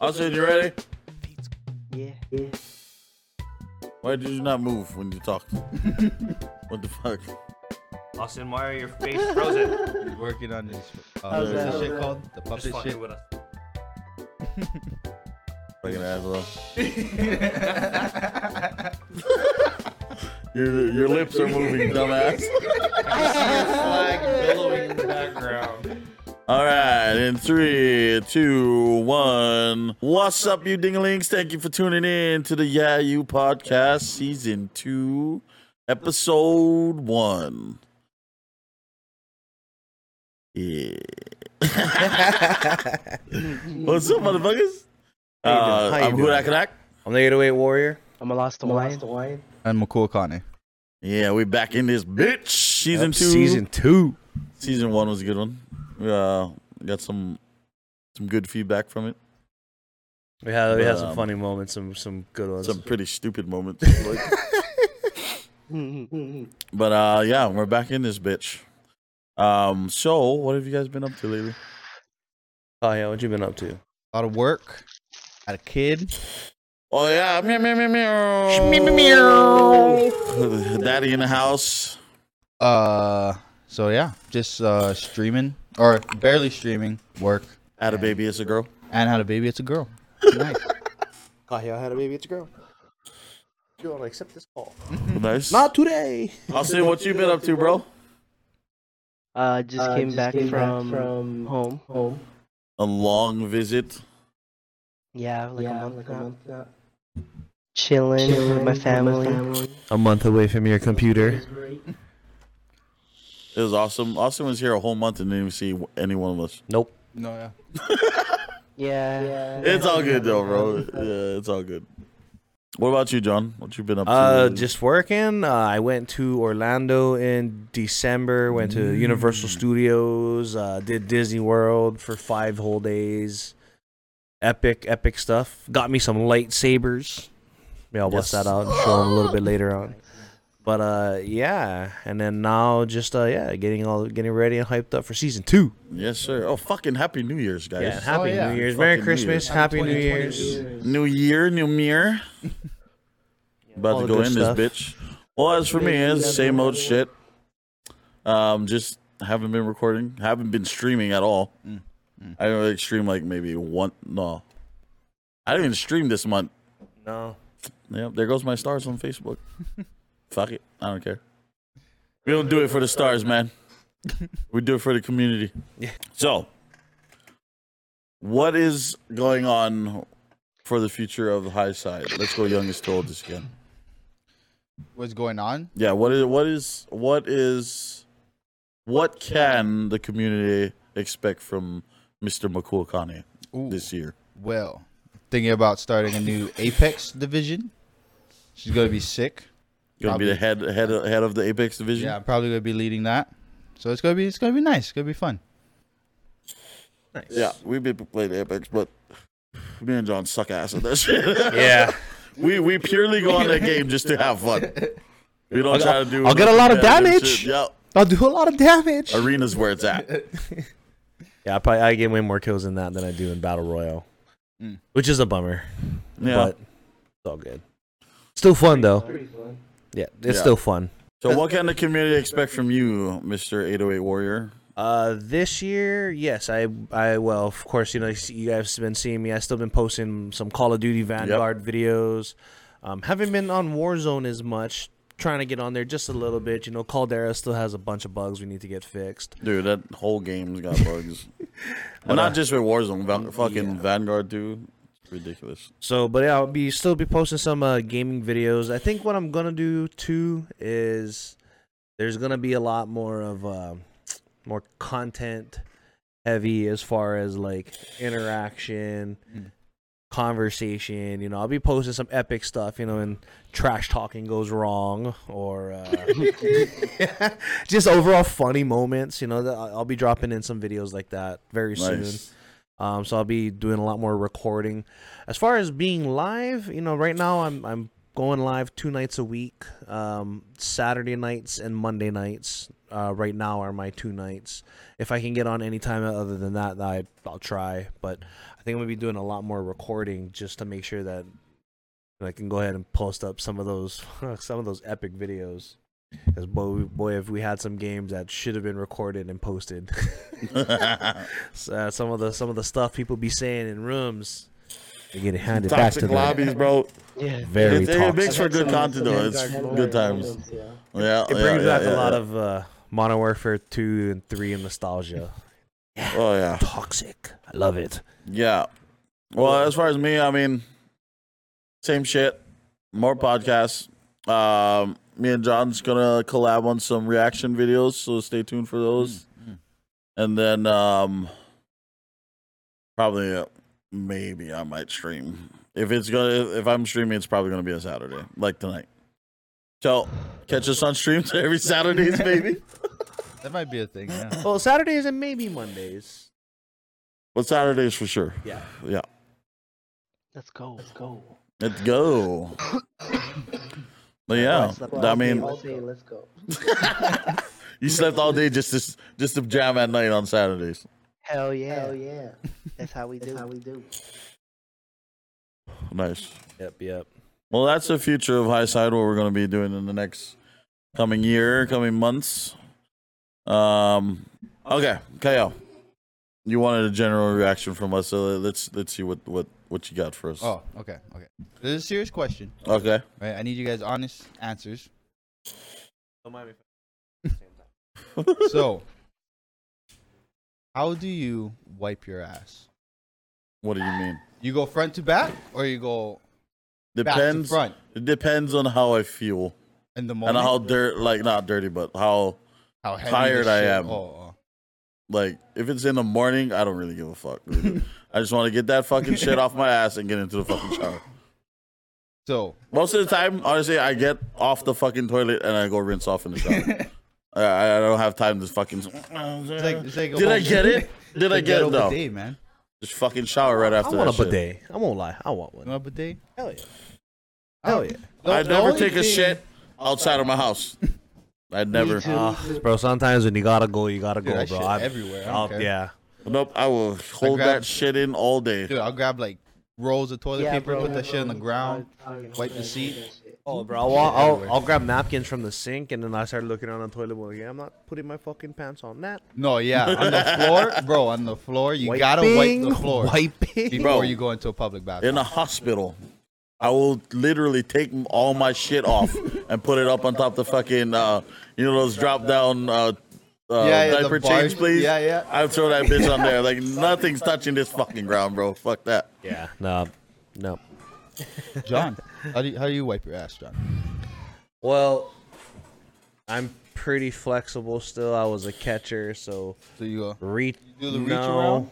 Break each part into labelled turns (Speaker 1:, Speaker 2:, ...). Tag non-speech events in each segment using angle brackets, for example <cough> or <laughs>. Speaker 1: I said, you ready?
Speaker 2: Yeah, yeah.
Speaker 1: Why did you not move when you <laughs> talked? what the fuck?
Speaker 3: Austin, why are your face frozen?
Speaker 4: He's working on his. Uh,
Speaker 2: How's
Speaker 4: what's
Speaker 2: that?
Speaker 4: this shit called? The
Speaker 3: Just
Speaker 4: puppet
Speaker 3: fucking
Speaker 4: shit.
Speaker 3: with us.
Speaker 1: Fucking <laughs> asshole. your your lips are moving, dumbass.
Speaker 3: billowing in the background.
Speaker 1: All right, in three, two, one. What's up, you dinglings? Thank you for tuning in to the Yeah You podcast, season two, episode one. Yeah. <laughs> What's up, motherfuckers?
Speaker 5: How you doing?
Speaker 1: Uh,
Speaker 5: How you
Speaker 1: I'm
Speaker 5: doing?
Speaker 1: Hudak Kanak.
Speaker 5: I'm the 808 Warrior.
Speaker 2: I'm a lost Hawaiian.
Speaker 4: And McCool Kane.
Speaker 1: Yeah, we back in this bitch. Season
Speaker 5: Yep,
Speaker 1: two.
Speaker 5: Season two.
Speaker 1: Season one was a good one. Uh, got some some good feedback from it.
Speaker 5: We had we had some
Speaker 1: Um,
Speaker 5: funny moments, some some good ones.
Speaker 1: Some pretty stupid
Speaker 5: <laughs>
Speaker 1: moments. like-
Speaker 2: Nothing
Speaker 1: But uh yeah, we're back in this bitch. Um so what have you guys been up to lately?
Speaker 5: oh yeah, what you been up to?
Speaker 4: A lot of work. Got a kid.
Speaker 1: Oh yeah, meow meow meow meow. <laughs> Daddy in the house.
Speaker 4: Uh, so yeah, just uh streaming or barely streaming work.
Speaker 1: Had a baby as a girl.
Speaker 4: And had a baby. It's a girl. Nice.
Speaker 5: Kyle had a baby. It's a girl. You want to accept this call?
Speaker 1: Nice.
Speaker 5: Not today.
Speaker 1: Austin, what you been up to, bro?
Speaker 2: Uh, just came back from,
Speaker 6: from
Speaker 2: home.
Speaker 6: home.
Speaker 1: A long visit.
Speaker 2: Yeah, like a month. now.
Speaker 6: now.
Speaker 2: Chilling, with my family.
Speaker 5: A month away from your computer.
Speaker 1: It was awesome. Austin was here a whole month and didn't even see any one of <laughs> us.
Speaker 5: Nope.
Speaker 4: No, yeah.
Speaker 2: Yeah.
Speaker 1: It's all good though, bro. Yeah, it's all good. What about you, John? What you been up to?
Speaker 5: Uh,
Speaker 1: lately?
Speaker 5: just working. Uh, I went to Orlando in December. Went to Universal Studios. Uh, did Disney World for five whole days. Epic, epic stuff. Got me some lightsabers. Maybe I'll bust
Speaker 1: Yes.
Speaker 5: that out and show them a little bit later on. But uh, yeah, and then now just uh, yeah, getting all getting ready and hyped up for season two.
Speaker 1: Yes, sir. Oh fucking happy New Year's, guys.
Speaker 5: Yeah, happy
Speaker 4: yeah.
Speaker 5: New Year's, Merry
Speaker 1: Fucking New
Speaker 5: Christmas,
Speaker 1: Year's.
Speaker 5: Happy New
Speaker 4: 2022.
Speaker 5: Year's.
Speaker 1: New year, new
Speaker 5: <laughs>
Speaker 1: mirror. About
Speaker 5: All
Speaker 1: to
Speaker 5: the
Speaker 1: go
Speaker 5: good
Speaker 1: in
Speaker 5: stuff.
Speaker 1: this bitch. Well, as for me, it's same old shit. Um, just haven't been recording, haven't been streaming at all.
Speaker 5: Mm,
Speaker 1: I didn't really stream like maybe one. No, I didn't even stream this month.
Speaker 5: No,
Speaker 1: Yep, there goes my stars on Facebook. Fuck it, I don't care. We don't do it for the stars, man. we do it for the community.
Speaker 5: Yeah.
Speaker 1: So, what is going on for the future of the high side? Let's go youngest to oldest again.
Speaker 4: <laughs> What's going on?
Speaker 1: Yeah, what is what is what is what can the community expect from Mr. McCool Kanye
Speaker 4: Ooh.
Speaker 1: this year?
Speaker 4: Well, thinking about starting a new Apex division. She's gonna be sick.
Speaker 1: Gonna be the head head head of the Apex division.
Speaker 4: Yeah, I'm probably gonna be leading that. So it's gonna be it's gonna be nice. It's gonna be fun.
Speaker 5: nice.
Speaker 1: Yeah, we've been playing Apex, but me and John suck ass at that shit.
Speaker 5: <laughs> yeah.
Speaker 1: we we purely go on that game just to have fun. We don't try to do.
Speaker 5: I'll get a
Speaker 1: no
Speaker 5: lot of
Speaker 1: competitive
Speaker 5: damage.
Speaker 1: shit. Yep,
Speaker 4: I'll do a lot of <laughs> damage.
Speaker 1: arena's where it's
Speaker 5: <laughs>
Speaker 1: at.
Speaker 5: Yeah, I probably I get way more kills in that than I do in Battle Royale,
Speaker 4: Mm.
Speaker 5: which is a bummer.
Speaker 1: Yeah.
Speaker 5: But it's all good. Still fun though.
Speaker 6: Pretty fun.
Speaker 5: Yeah, it's
Speaker 1: Yeah.
Speaker 5: still fun.
Speaker 1: so what can the community expect from you, Mister Eight Hundred Eight Warrior?
Speaker 5: Uh, this year, yes, I, I, well, of course, you know, you see- you guys have been seeing me. I've still been posting some Call of Duty Vanguard videos. Um, haven't been on Warzone as much. Trying to get on there just a little bit. You know, Caldera still has a bunch of bugs we need to get fixed.
Speaker 1: Dude, that whole game's got
Speaker 5: <laughs>
Speaker 1: bugs. and not just with Warzone, Van- fucking Vanguard too. It's ridiculous.
Speaker 5: So, but yeah, I'll be still be posting some uh, gaming videos. I think what I'm gonna do too is there's gonna be a lot more of uh, more content heavy as far as like interaction,
Speaker 4: Mm.
Speaker 5: conversation. You know, I'll be posting some epic stuff. You know, and trash talking goes wrong or uh, <laughs> just overall funny moments. You know, that I'll I'll be dropping in some videos like that very soon.
Speaker 1: Nice.
Speaker 5: Um, so I'll be doing a lot more recording. As far as being live, you know, right now I'm I'm going live two nights a week. Um, Saturday nights and Monday nights. Uh, right now are my two nights. If I can get on any time other than that, I, I'll try. But I think I'm gonna be doing a lot more recording just to make sure that I can go ahead and post up some of those <laughs> some of those epic videos. Because boy, boy, if we had some games that should have been recorded and posted, <laughs> So, uh, some of the some of the stuff people be saying in rooms, they get handed back to
Speaker 1: Toxic
Speaker 5: them.
Speaker 1: lobbies, bro.
Speaker 2: Yeah.
Speaker 5: Very
Speaker 1: It- it
Speaker 5: toxic.
Speaker 1: makes for good content though. It's good times.
Speaker 6: Yeah.
Speaker 1: Yeah,
Speaker 5: It brings back a lot of uh, Modern Warfare two and three and nostalgia.
Speaker 1: Oh yeah.
Speaker 5: Toxic. I love it.
Speaker 1: Yeah. Well, as far as me, I mean, same shit. More podcasts. Um, me and John's gonna collab on some reaction videos, so stay tuned for those.
Speaker 4: Mm, mm.
Speaker 1: And then um, probably uh, maybe I might stream if it's gonna if I'm streaming, it's probably gonna be a Saturday, like tonight. So catch us on streams every <laughs>
Speaker 4: <laughs>
Speaker 1: Saturdays, baby.
Speaker 4: That might be a thing. Yeah.
Speaker 5: Well, Saturdays and maybe Mondays.
Speaker 1: But Saturdays for sure.
Speaker 5: Yeah.
Speaker 1: Yeah.
Speaker 2: Let's go. Let's go.
Speaker 1: Let's go. But yeah,
Speaker 2: Well,
Speaker 1: I
Speaker 2: I'll say-
Speaker 1: mean,
Speaker 2: I'll say let's go.
Speaker 1: You slept all day just to, just to jam at night on Saturdays.
Speaker 2: Hell yeah.
Speaker 6: Hell yeah.
Speaker 2: <laughs> That's how we do.
Speaker 6: That's how we do.
Speaker 1: Nice.
Speaker 5: Yep. Yep.
Speaker 1: Well, that's the future of High Side. What we're going to be doing in the next coming year, coming months. Um. Okay, Kyle, you wanted a general reaction from us, so let's let's see what what what you got for us.
Speaker 4: Oh, okay, okay. This is a serious question.
Speaker 1: Okay.
Speaker 4: Right? I need you guys honest answers. <laughs> So, how do you wipe your ass?
Speaker 1: What do you mean?
Speaker 4: You go front to back, or you go back
Speaker 1: Depends.
Speaker 4: to front
Speaker 1: It depends on how I feel
Speaker 4: in the
Speaker 1: and
Speaker 4: moment.
Speaker 1: how dirt like not dirty, but how
Speaker 4: how heavy
Speaker 1: tired
Speaker 4: this
Speaker 1: I
Speaker 4: shit-
Speaker 1: am.
Speaker 4: Oh, oh.
Speaker 1: like if it's in the morning, I don't really give a fuck.
Speaker 4: <laughs>
Speaker 1: I just want to get that fucking shit off my ass and get into the fucking shower.
Speaker 4: So,
Speaker 1: Most of the time, honestly, I get off the fucking toilet and I go rinse off in the
Speaker 4: <laughs>
Speaker 1: shower. I, I don't have time to fucking.
Speaker 4: it's like, it's like a
Speaker 1: Did I
Speaker 4: whole-
Speaker 1: get it?
Speaker 4: <laughs>
Speaker 1: Did I
Speaker 4: like
Speaker 1: get
Speaker 4: a
Speaker 1: it? No.
Speaker 4: bidet, man.
Speaker 1: Just fucking shower right
Speaker 5: I
Speaker 1: after
Speaker 5: want a
Speaker 1: that shit.
Speaker 5: bidet. I won't lie. I want
Speaker 4: You
Speaker 5: one.
Speaker 4: want a bidet?
Speaker 5: Hell yeah. Hell yeah.
Speaker 4: The-
Speaker 1: I
Speaker 4: the
Speaker 1: never
Speaker 4: only
Speaker 1: take a
Speaker 4: thing-
Speaker 1: shit outside of my house. I never.
Speaker 2: too.
Speaker 5: Ah, bro, sometimes when you gotta go, you gotta
Speaker 4: Dude,
Speaker 5: go,
Speaker 4: that
Speaker 5: bro.
Speaker 4: shit
Speaker 5: I-
Speaker 4: everywhere. I
Speaker 5: I'll-
Speaker 4: don't care.
Speaker 5: yeah.
Speaker 1: Nope. I will hold
Speaker 4: grab-
Speaker 1: that shit in all day.
Speaker 4: Dude, I'll grab like rolls of toilet
Speaker 2: Yeah,
Speaker 4: paper,
Speaker 2: bro,
Speaker 4: put that
Speaker 2: yeah,
Speaker 4: shit on the
Speaker 2: bro.
Speaker 4: ground.
Speaker 2: I would fucking
Speaker 4: wipe the
Speaker 2: hate
Speaker 4: seat.
Speaker 2: that shit.
Speaker 5: Oh, bro, I'll, I'll, I'll grab napkins from the sink and then I start looking around the toilet bowl. Yeah, I'm not putting my fucking pants on that.
Speaker 4: No, yeah, on the floor, bro, on the floor, you gotta wipe the
Speaker 5: Wiping,
Speaker 4: floor
Speaker 5: Wiping.
Speaker 4: before
Speaker 1: Bro.
Speaker 4: you go into a public bathroom.
Speaker 1: in a hospital. I will literally take m- all my shit off and put it up on top the fucking, uh, you know, those drop down uh, uh,
Speaker 4: Yeah, yeah, the
Speaker 1: diaper
Speaker 4: bars.
Speaker 1: change, please.
Speaker 4: Yeah, yeah.
Speaker 1: I throw that bitch on there. Like nothing's touching this fucking ground, bro. Fuck that.
Speaker 5: Yeah, no, no.
Speaker 4: John, how do you, how do you wipe your ass, John?
Speaker 5: Well, I'm pretty flexible still. I was a catcher, so
Speaker 4: So you go.
Speaker 5: reach.
Speaker 4: do the reach
Speaker 5: no,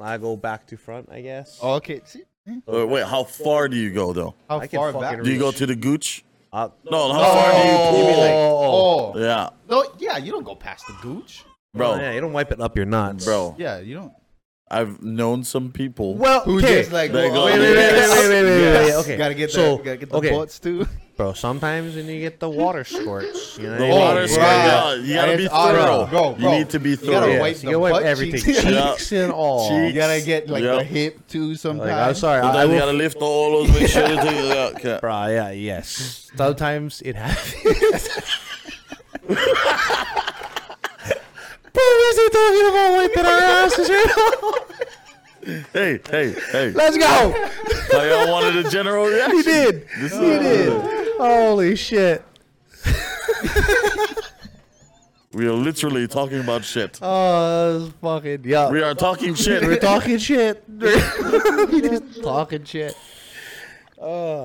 Speaker 5: I go back to front, I guess.
Speaker 4: Oh, okay. See, Hmm?
Speaker 1: Wait, Uh, wait, how far do you go though?
Speaker 4: how
Speaker 5: I can
Speaker 4: far
Speaker 5: fucking
Speaker 4: back?
Speaker 1: Do you go to the gooch?
Speaker 5: I'll-
Speaker 1: No, how far do you
Speaker 4: You mean
Speaker 1: pull?
Speaker 4: like- oh,
Speaker 1: yeah,
Speaker 4: no, yeah, you don't go past the gooch.
Speaker 1: bro,
Speaker 5: yeah, you don't wipe it up your nuts,
Speaker 1: bro.
Speaker 4: Yeah, you don't.
Speaker 1: I've known some people.
Speaker 5: Well,
Speaker 4: Who
Speaker 5: okay.
Speaker 4: just like
Speaker 1: They
Speaker 4: go,
Speaker 1: go-
Speaker 4: "Oh,
Speaker 1: Wait, wait, wait,
Speaker 4: yes,
Speaker 5: wait, wait, wait, wait, wait,
Speaker 4: yes."
Speaker 5: okay.
Speaker 4: Gotta get
Speaker 5: So,
Speaker 4: the gotta get the
Speaker 5: okay.
Speaker 4: butts too.
Speaker 5: bro. Sometimes when you get the water squirts, you know,
Speaker 1: The
Speaker 5: what I mean?
Speaker 1: water
Speaker 5: Yeah.
Speaker 1: squirt,
Speaker 4: yeah.
Speaker 1: yeah, you gotta
Speaker 4: It's
Speaker 1: be
Speaker 4: on,
Speaker 1: thorough.
Speaker 4: bro, bro.
Speaker 1: You need to be
Speaker 4: You gotta
Speaker 1: thorough.
Speaker 4: wipe
Speaker 5: so
Speaker 4: the
Speaker 5: you gotta
Speaker 4: butt
Speaker 5: wipe everything,
Speaker 4: cheeks.
Speaker 5: cheeks,
Speaker 1: Yeah.
Speaker 5: and all.
Speaker 1: Cheeks.
Speaker 4: You gotta get like
Speaker 1: Yeah.
Speaker 4: the hip too sometimes.
Speaker 5: Like, I'm sorry, I, I
Speaker 1: Sometimes you
Speaker 5: will
Speaker 1: gotta lift all
Speaker 4: <laughs>
Speaker 1: those. Make sure to yeah, okay.
Speaker 5: <laughs> Bro, yeah, yes. Sometimes it happens. <laughs> Bro, is he talking about wiping our asses right now?
Speaker 1: Hey, hey, hey.
Speaker 5: Let's go.
Speaker 1: Like I wanted a general reaction.
Speaker 5: He did.
Speaker 1: This
Speaker 5: He
Speaker 1: is,
Speaker 5: did. Holy shit.
Speaker 1: we are literally talking about shit.
Speaker 5: Oh, that's fucking yeah.
Speaker 1: We are talking shit.
Speaker 5: We're <laughs> talking shit. we just talking shit. Uh,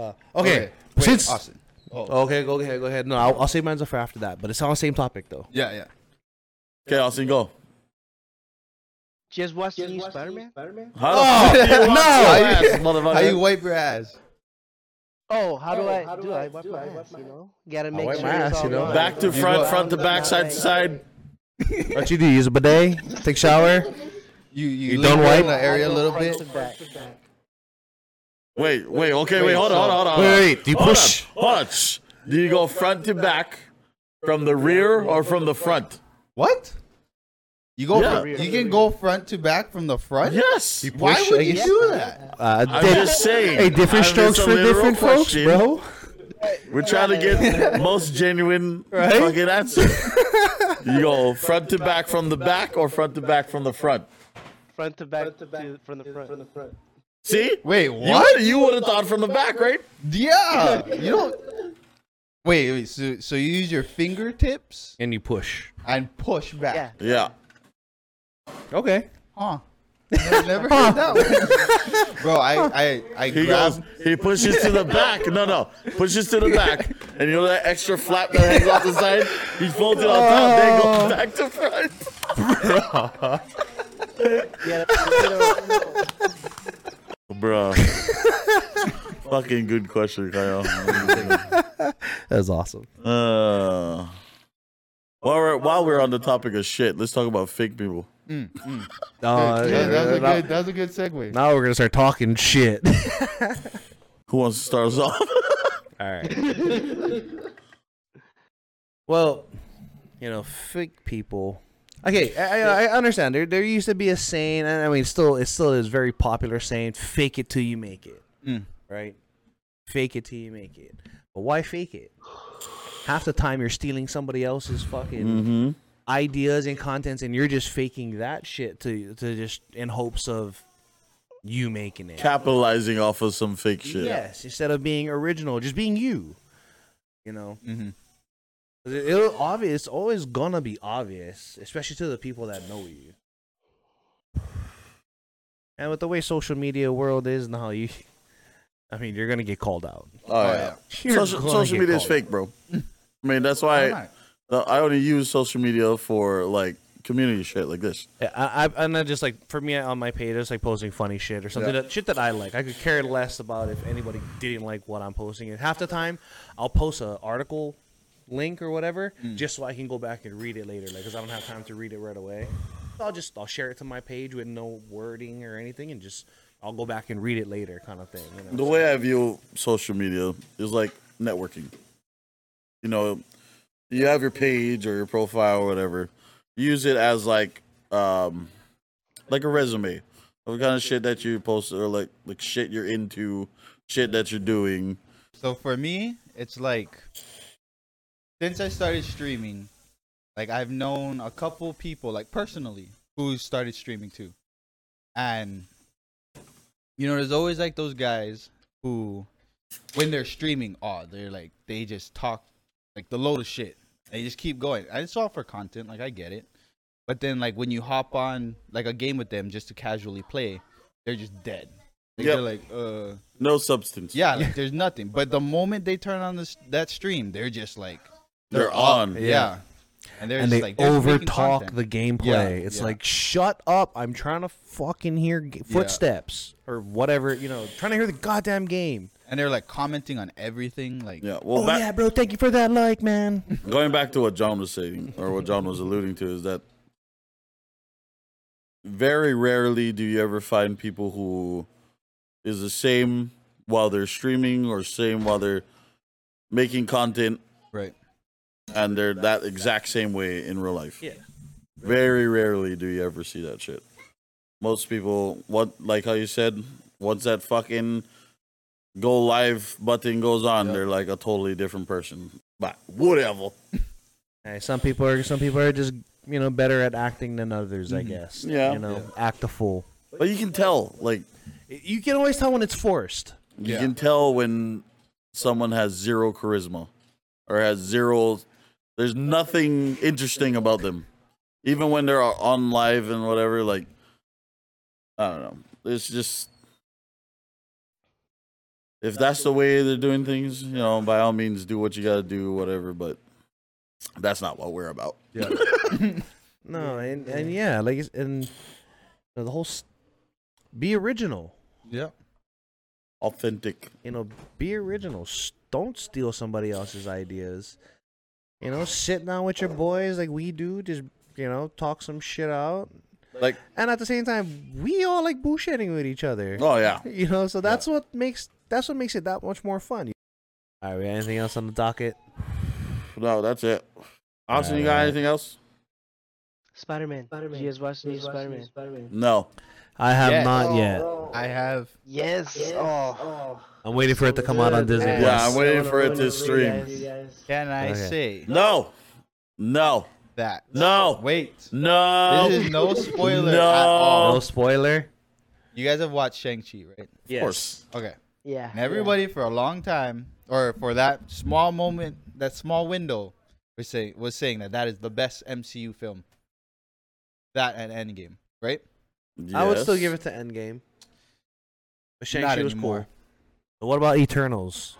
Speaker 5: okay.
Speaker 4: Okay, wait,
Speaker 5: Since-
Speaker 4: Austin. Oh,
Speaker 5: Okay, go ahead, go ahead. No, I'll, I'll save mine for after that, but it's on the same topic <laughs> though.
Speaker 4: yeah, yeah.
Speaker 1: Okay, Austin, go.
Speaker 2: Just watch the
Speaker 6: Just
Speaker 2: new
Speaker 6: watch the
Speaker 2: Spider Man.
Speaker 6: Spider-Man?
Speaker 1: How
Speaker 5: <laughs>
Speaker 1: the fuck do you want
Speaker 4: no!
Speaker 1: to ask, motherfucker?
Speaker 4: How you wipe your ass?
Speaker 2: Oh, how do
Speaker 6: Oh,
Speaker 2: I
Speaker 6: how do
Speaker 2: do?
Speaker 6: I
Speaker 2: I wipe
Speaker 6: do?
Speaker 2: my
Speaker 6: I wipe
Speaker 2: ass,
Speaker 6: my
Speaker 2: you
Speaker 6: ass.
Speaker 2: know. Gotta
Speaker 5: wipe
Speaker 2: make sure
Speaker 5: my
Speaker 2: it's
Speaker 5: ass,
Speaker 2: all
Speaker 5: you know.
Speaker 2: <laughs> right.
Speaker 1: Back to
Speaker 4: You
Speaker 1: front,
Speaker 4: go-
Speaker 1: front to back, side to side.
Speaker 5: What you do? Use a bidet, take shower.
Speaker 4: You you,
Speaker 5: You
Speaker 4: linger
Speaker 5: don't
Speaker 4: in
Speaker 5: wipe?
Speaker 4: the area a
Speaker 2: go
Speaker 4: little
Speaker 2: front
Speaker 4: bit.
Speaker 2: to back.
Speaker 1: Wait, wait, okay, wait, hold on, hold on, hold on.
Speaker 4: Wait, wait, do you
Speaker 1: Hold
Speaker 4: push?
Speaker 1: on, Hold on. shh. Do you go front to back, from the rear, or from the front?
Speaker 4: What? You go.
Speaker 1: Yeah.
Speaker 4: fr- you can go front to back from the front.
Speaker 1: Yes.
Speaker 4: Why
Speaker 6: push, I
Speaker 4: would you
Speaker 6: guess.
Speaker 4: do that?
Speaker 6: Uh,
Speaker 1: I'm
Speaker 6: di-
Speaker 1: just saying.
Speaker 6: hey, different
Speaker 1: I-
Speaker 6: strokes
Speaker 1: it's a
Speaker 6: for
Speaker 1: literal
Speaker 6: different folks,
Speaker 1: question.
Speaker 6: bro.
Speaker 1: We're trying to get most genuine fucking answer. You go front to back from the back, or front to back from the front.
Speaker 2: Front to back, to, from the front.
Speaker 1: See?
Speaker 4: Wait,
Speaker 1: You
Speaker 4: what?
Speaker 1: would you would have thought from the back, right?
Speaker 4: yeah, you don't. <laughs> Wait, wait. So, so you use your fingertips
Speaker 5: and you <laughs> push.
Speaker 4: and push back.
Speaker 2: Yeah.
Speaker 1: Yeah.
Speaker 5: Okay.
Speaker 4: Huh. I've never heard that one. <laughs> Bro, I I I
Speaker 1: He goes.
Speaker 4: grabbed
Speaker 1: He pushes to the back. No, no, pushes to the back, and you know that extra flap that hangs off the side. He folds it on top. Then goes back to <laughs> front.
Speaker 2: Yeah, you know,
Speaker 1: Bruh. <laughs> Fucking good question, Kyle.
Speaker 6: That's awesome.
Speaker 1: Uh, while we're while we're on the topic of shit, let's talk about fake people.
Speaker 4: mm,
Speaker 5: Uh,
Speaker 6: Yeah,
Speaker 5: uh, now,
Speaker 4: that's a good segue.
Speaker 5: now we're gonna start talking shit. <laughs>
Speaker 1: Who wants to start us off?
Speaker 5: All right.
Speaker 2: <laughs>
Speaker 5: well, you know, fake people. Okay, I, I, I understand. There, there used to be a saying, and I mean, still, it still is very popular saying, "Fake it till you make it."
Speaker 4: Mm.
Speaker 5: Right? Fake it till you make it. But why fake it? Half the time, you're stealing somebody else's fucking
Speaker 1: mm-hmm.
Speaker 5: ideas and contents, and you're just faking that shit to to just in hopes of you making it.
Speaker 1: Capitalizing off of some fake shit.
Speaker 5: Yes, instead of being original, just being you. You know,
Speaker 4: Mm-hmm.
Speaker 5: It- it'll obvious. It's always gonna be obvious, especially to the people that know you. And with the way social media world is now, you, <laughs> I mean, you're gonna get called out. <laughs>
Speaker 1: Oh,
Speaker 4: Oh,
Speaker 1: yeah.
Speaker 5: You're
Speaker 1: Social,
Speaker 5: gonna
Speaker 1: social
Speaker 5: get
Speaker 1: media is
Speaker 5: called
Speaker 1: fake, bro. I mean, that's why
Speaker 4: Why
Speaker 1: uh, I only use social media for like community shit like this.
Speaker 5: Yeah, I, I, and I just like for me on my page, it's like posting funny shit or something that shit that I like. I could care less about if anybody didn't like what I'm posting. And half the time, I'll post an article link or whatever
Speaker 1: Mm.
Speaker 5: just so I can go back and read it later, like because I don't have time to read it right away. So I'll just I'll share it to my page with no wording or anything, and just I'll go back and read it later, kind of thing. You know?
Speaker 1: The way I view social media is like networking. You know, you have your page or your profile or whatever. Use it as like um like a resume of the kind of shit that you post or like like shit you're into, shit that you're doing.
Speaker 4: So for me, it's like since I started streaming, like I've known a couple people, like personally, who started streaming too. And you know, there's always like those guys who when they're streaming, oh, they're like they just talk like the load of shit. They just keep going. And it's all for content, like I get it. But then like when you hop on like a game with them just to casually play, they're just dead. Like,
Speaker 1: Yep.
Speaker 4: They're like, uh
Speaker 1: No substance.
Speaker 4: yeah, like there's nothing. But the moment they turn on this that stream, they're just like
Speaker 1: They're on.
Speaker 4: Yeah.
Speaker 5: Yeah.
Speaker 4: And they're
Speaker 5: and they
Speaker 4: just like they're
Speaker 5: over
Speaker 4: making
Speaker 5: talk
Speaker 4: content.
Speaker 5: the gameplay.
Speaker 4: Yeah,
Speaker 5: it's
Speaker 4: yeah.
Speaker 5: like, shut up! I'm trying to fucking hear g- footsteps or whatever. You know, trying to hear the goddamn game.
Speaker 4: and they're like commenting on everything like
Speaker 1: Yeah. Well
Speaker 5: oh
Speaker 1: back,
Speaker 5: yeah, bro. Thank you for that like, man.
Speaker 1: going back to what John was saying or what John was alluding to is that very rarely do you ever find people who is the same while they're streaming or same while they're making content
Speaker 4: right.
Speaker 1: and they're that exact same way in real life.
Speaker 5: Yeah.
Speaker 1: Very rarely do you ever see that shit. Most people what like how you said, once that fucking go live button goes on, they're like a totally different person. But whatever.
Speaker 5: Hey, some people are some people are just you know better at acting than others. I guess.
Speaker 1: Yeah.
Speaker 5: You know, act a fool.
Speaker 1: But you can tell, like
Speaker 5: You can always tell when it's forced.
Speaker 1: You
Speaker 4: Yeah.
Speaker 1: can tell when someone has zero charisma or has zero. There's nothing interesting about them, even when they're on live and whatever. Like, I don't know. It's just if that's the way they're doing things, you know, by all means, do what you got to do, whatever. But that's not what we're about.
Speaker 4: Yeah.
Speaker 5: <laughs> No, and and yeah, like it's- and you know, the whole s- be original.
Speaker 4: yeah.
Speaker 1: Authentic.
Speaker 5: you know, be original. S- Don't steal somebody else's ideas. You know, sit down with your boys like we do. Just you know, talk some shit out.
Speaker 1: Like,
Speaker 5: And at the same time, we all like bullshitting with each other.
Speaker 1: oh yeah,
Speaker 5: You know, so that's what makes that's what makes it that much more fun. All right, we got anything else on the docket?
Speaker 1: no, that's it. Austin, you got anything else?
Speaker 2: Spider Man. Did you guys watch the new Spider Man?
Speaker 1: No.
Speaker 5: I have
Speaker 4: Yes.
Speaker 5: not
Speaker 1: Oh,
Speaker 5: yet.
Speaker 4: I have.
Speaker 2: Yes. Oh.
Speaker 5: I'm waiting for it to come out on Disney
Speaker 2: man.
Speaker 5: Plus.
Speaker 1: Yeah, I'm waiting for it to stream.
Speaker 4: Can I
Speaker 5: Okay.
Speaker 4: say
Speaker 1: No, no,
Speaker 4: that?
Speaker 1: no,
Speaker 4: Wait.
Speaker 1: no.
Speaker 4: This is no spoiler
Speaker 1: No.
Speaker 4: at all.
Speaker 5: No spoiler.
Speaker 4: You guys have watched Shang Chi, right?
Speaker 1: Of course.
Speaker 4: Okay.
Speaker 2: Yeah.
Speaker 4: And everybody for a long time, or for that small moment, that small window, was saying was saying that that is the best MCU film. That and Endgame, right?
Speaker 5: I would still
Speaker 1: Yes.
Speaker 5: give it to Endgame. But
Speaker 4: Not
Speaker 5: Shang-Chi was
Speaker 4: anymore.
Speaker 5: cool. But what about Eternals?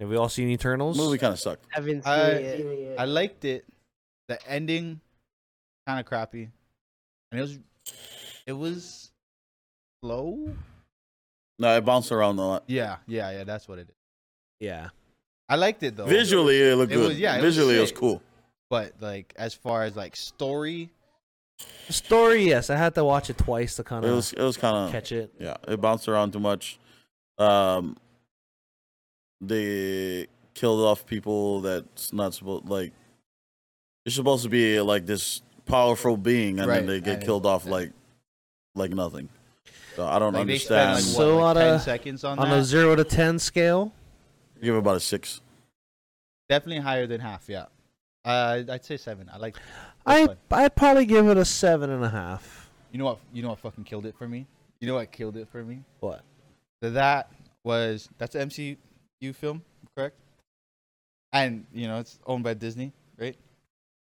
Speaker 5: Have we all seen Eternals?
Speaker 1: Movie kind of sucked.
Speaker 2: Yeah. Haven't seen
Speaker 4: I-
Speaker 2: it.
Speaker 4: I liked it. The ending, kind of crappy, and it was, it was, slow.
Speaker 1: No, it bounced around a lot.
Speaker 4: Yeah, yeah, yeah. That's what it is.
Speaker 5: Yeah.
Speaker 4: I liked it though.
Speaker 1: Visually, it looked
Speaker 4: It
Speaker 1: good.
Speaker 4: was- yeah, it was
Speaker 1: Visually, it was
Speaker 4: sick.
Speaker 1: cool.
Speaker 4: but like as far as like story,
Speaker 5: Story, yes. I had to watch it twice to kind
Speaker 4: Uh-huh.
Speaker 1: It
Speaker 5: of
Speaker 1: was, it was kind of,
Speaker 5: catch it.
Speaker 1: yeah, it bounced around too much. Um, they killed off people that's not supposed like. You're supposed to be like this powerful being, and
Speaker 4: Right,
Speaker 1: then they get
Speaker 4: I-
Speaker 1: killed off
Speaker 4: yeah.
Speaker 1: like, like nothing. So I don't
Speaker 4: like they spend
Speaker 1: understand.
Speaker 4: like what,
Speaker 5: So
Speaker 4: like,
Speaker 5: on
Speaker 4: ten
Speaker 5: a-
Speaker 4: seconds on,
Speaker 5: On
Speaker 4: that.
Speaker 5: a 0 to 10 scale,
Speaker 1: Give it about a six.
Speaker 4: Definitely higher than half. Yeah, uh, I'd say seven. I like.
Speaker 5: I,
Speaker 4: fine.
Speaker 5: I'd probably give it a 7.5.
Speaker 4: You know what? You know what fucking killed it for me. You know what killed it for me?
Speaker 5: What?
Speaker 4: So that was that's an MCU film, correct? And you know it's owned by Disney, right?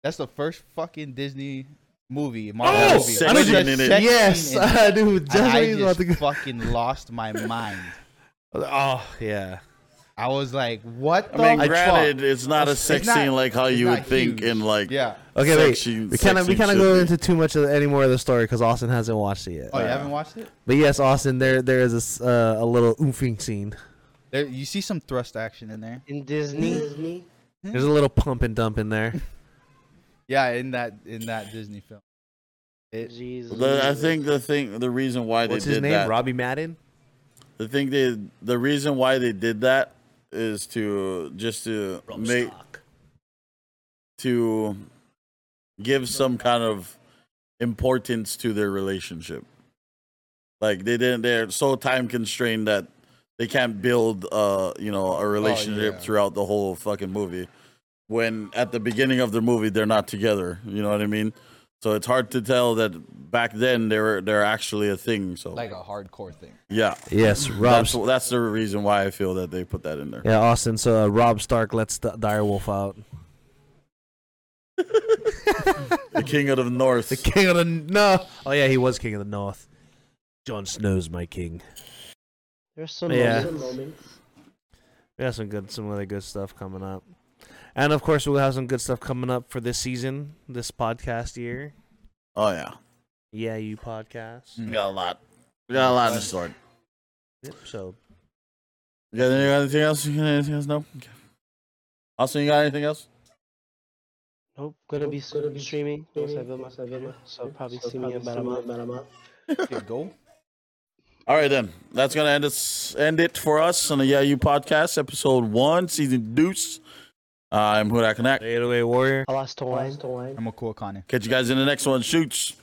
Speaker 4: That's the first fucking Disney movie, Marvel
Speaker 1: Oh,
Speaker 4: movie.
Speaker 1: sex
Speaker 4: with a
Speaker 1: scene in it.
Speaker 4: sex
Speaker 5: Yes,
Speaker 4: scene
Speaker 5: <laughs>
Speaker 4: in it.
Speaker 5: I do.
Speaker 4: And I
Speaker 5: Definitely about
Speaker 4: just
Speaker 5: to go.
Speaker 4: fucking lost my mind.
Speaker 5: Oh, yeah.
Speaker 4: I was like, "What the
Speaker 1: I mean,
Speaker 4: fuck?"
Speaker 1: granted, it's not a
Speaker 4: It's
Speaker 1: sex
Speaker 4: not-
Speaker 1: scene like how
Speaker 4: it's
Speaker 1: you
Speaker 4: not
Speaker 1: would think
Speaker 4: huge.
Speaker 1: in like
Speaker 4: yeah.
Speaker 5: Okay,
Speaker 1: sex
Speaker 5: wait.
Speaker 1: scene-
Speaker 5: We
Speaker 1: sex
Speaker 5: kind of we
Speaker 1: scene
Speaker 5: kind of
Speaker 1: should
Speaker 5: go
Speaker 1: be.
Speaker 5: into too much of any more of the story because Austin hasn't watched it yet.
Speaker 1: uh,
Speaker 4: Oh, you haven't watched it?
Speaker 5: But yes, Austin, there there is a s- uh, a little oofing scene.
Speaker 4: There, you see some thrust action in there.
Speaker 2: In Disney.
Speaker 5: There's a little pump and dump in there.
Speaker 4: Yeah, in that in that Disney film. It,
Speaker 2: Jesus.
Speaker 1: The, I think the thing, the reason why
Speaker 5: What's
Speaker 1: they
Speaker 5: his
Speaker 1: did
Speaker 5: name?
Speaker 1: that,
Speaker 5: Robbie Madden.
Speaker 1: the thing they, the reason why they did that is to just to make
Speaker 5: Stock.
Speaker 1: to give some kind of importance to their relationship. Like they didn't, they're so time constrained that they can't build, uh, you know, a relationship
Speaker 4: yeah.
Speaker 1: throughout the whole fucking movie. When at the beginning of the movie they're not together, you know what I mean. So it's hard to tell that back then they were they're actually a thing.
Speaker 5: Oh.
Speaker 1: So
Speaker 4: like a hardcore thing.
Speaker 1: yeah,
Speaker 5: Yes, Rob.
Speaker 1: that's that's the reason why I feel that they put that in there.
Speaker 5: yeah, Austin. So uh, Rob Stark lets the direwolf out.
Speaker 1: The king of the north.
Speaker 5: The king of the no. <laughs> Oh yeah, he was king of the north. Jon Snow's my king.
Speaker 2: There's some
Speaker 5: Yeah.
Speaker 2: moments.
Speaker 5: We have some good, some really good stuff coming up, and of course we'll have some good stuff coming up for this season, this podcast year.
Speaker 1: oh yeah,
Speaker 5: Yeah, you podcast.
Speaker 1: we got a lot. We got a lot in store.
Speaker 5: Yep, so
Speaker 1: You got any- anything else? You got anything else? No. Okay. Austin, you got anything else?
Speaker 2: Nope. Gonna be streaming. Once I build my video, so probably see me in about a month.
Speaker 4: Okay, go.
Speaker 1: All right, then. That's gonna end us end it for us on the Yeah You podcast, episode one, season deuce. I'm Huda Connect.
Speaker 5: eight away warrior.
Speaker 2: I lost to wine.
Speaker 4: I'm a cool Connor.
Speaker 1: Catch you guys in the next one. Shoots.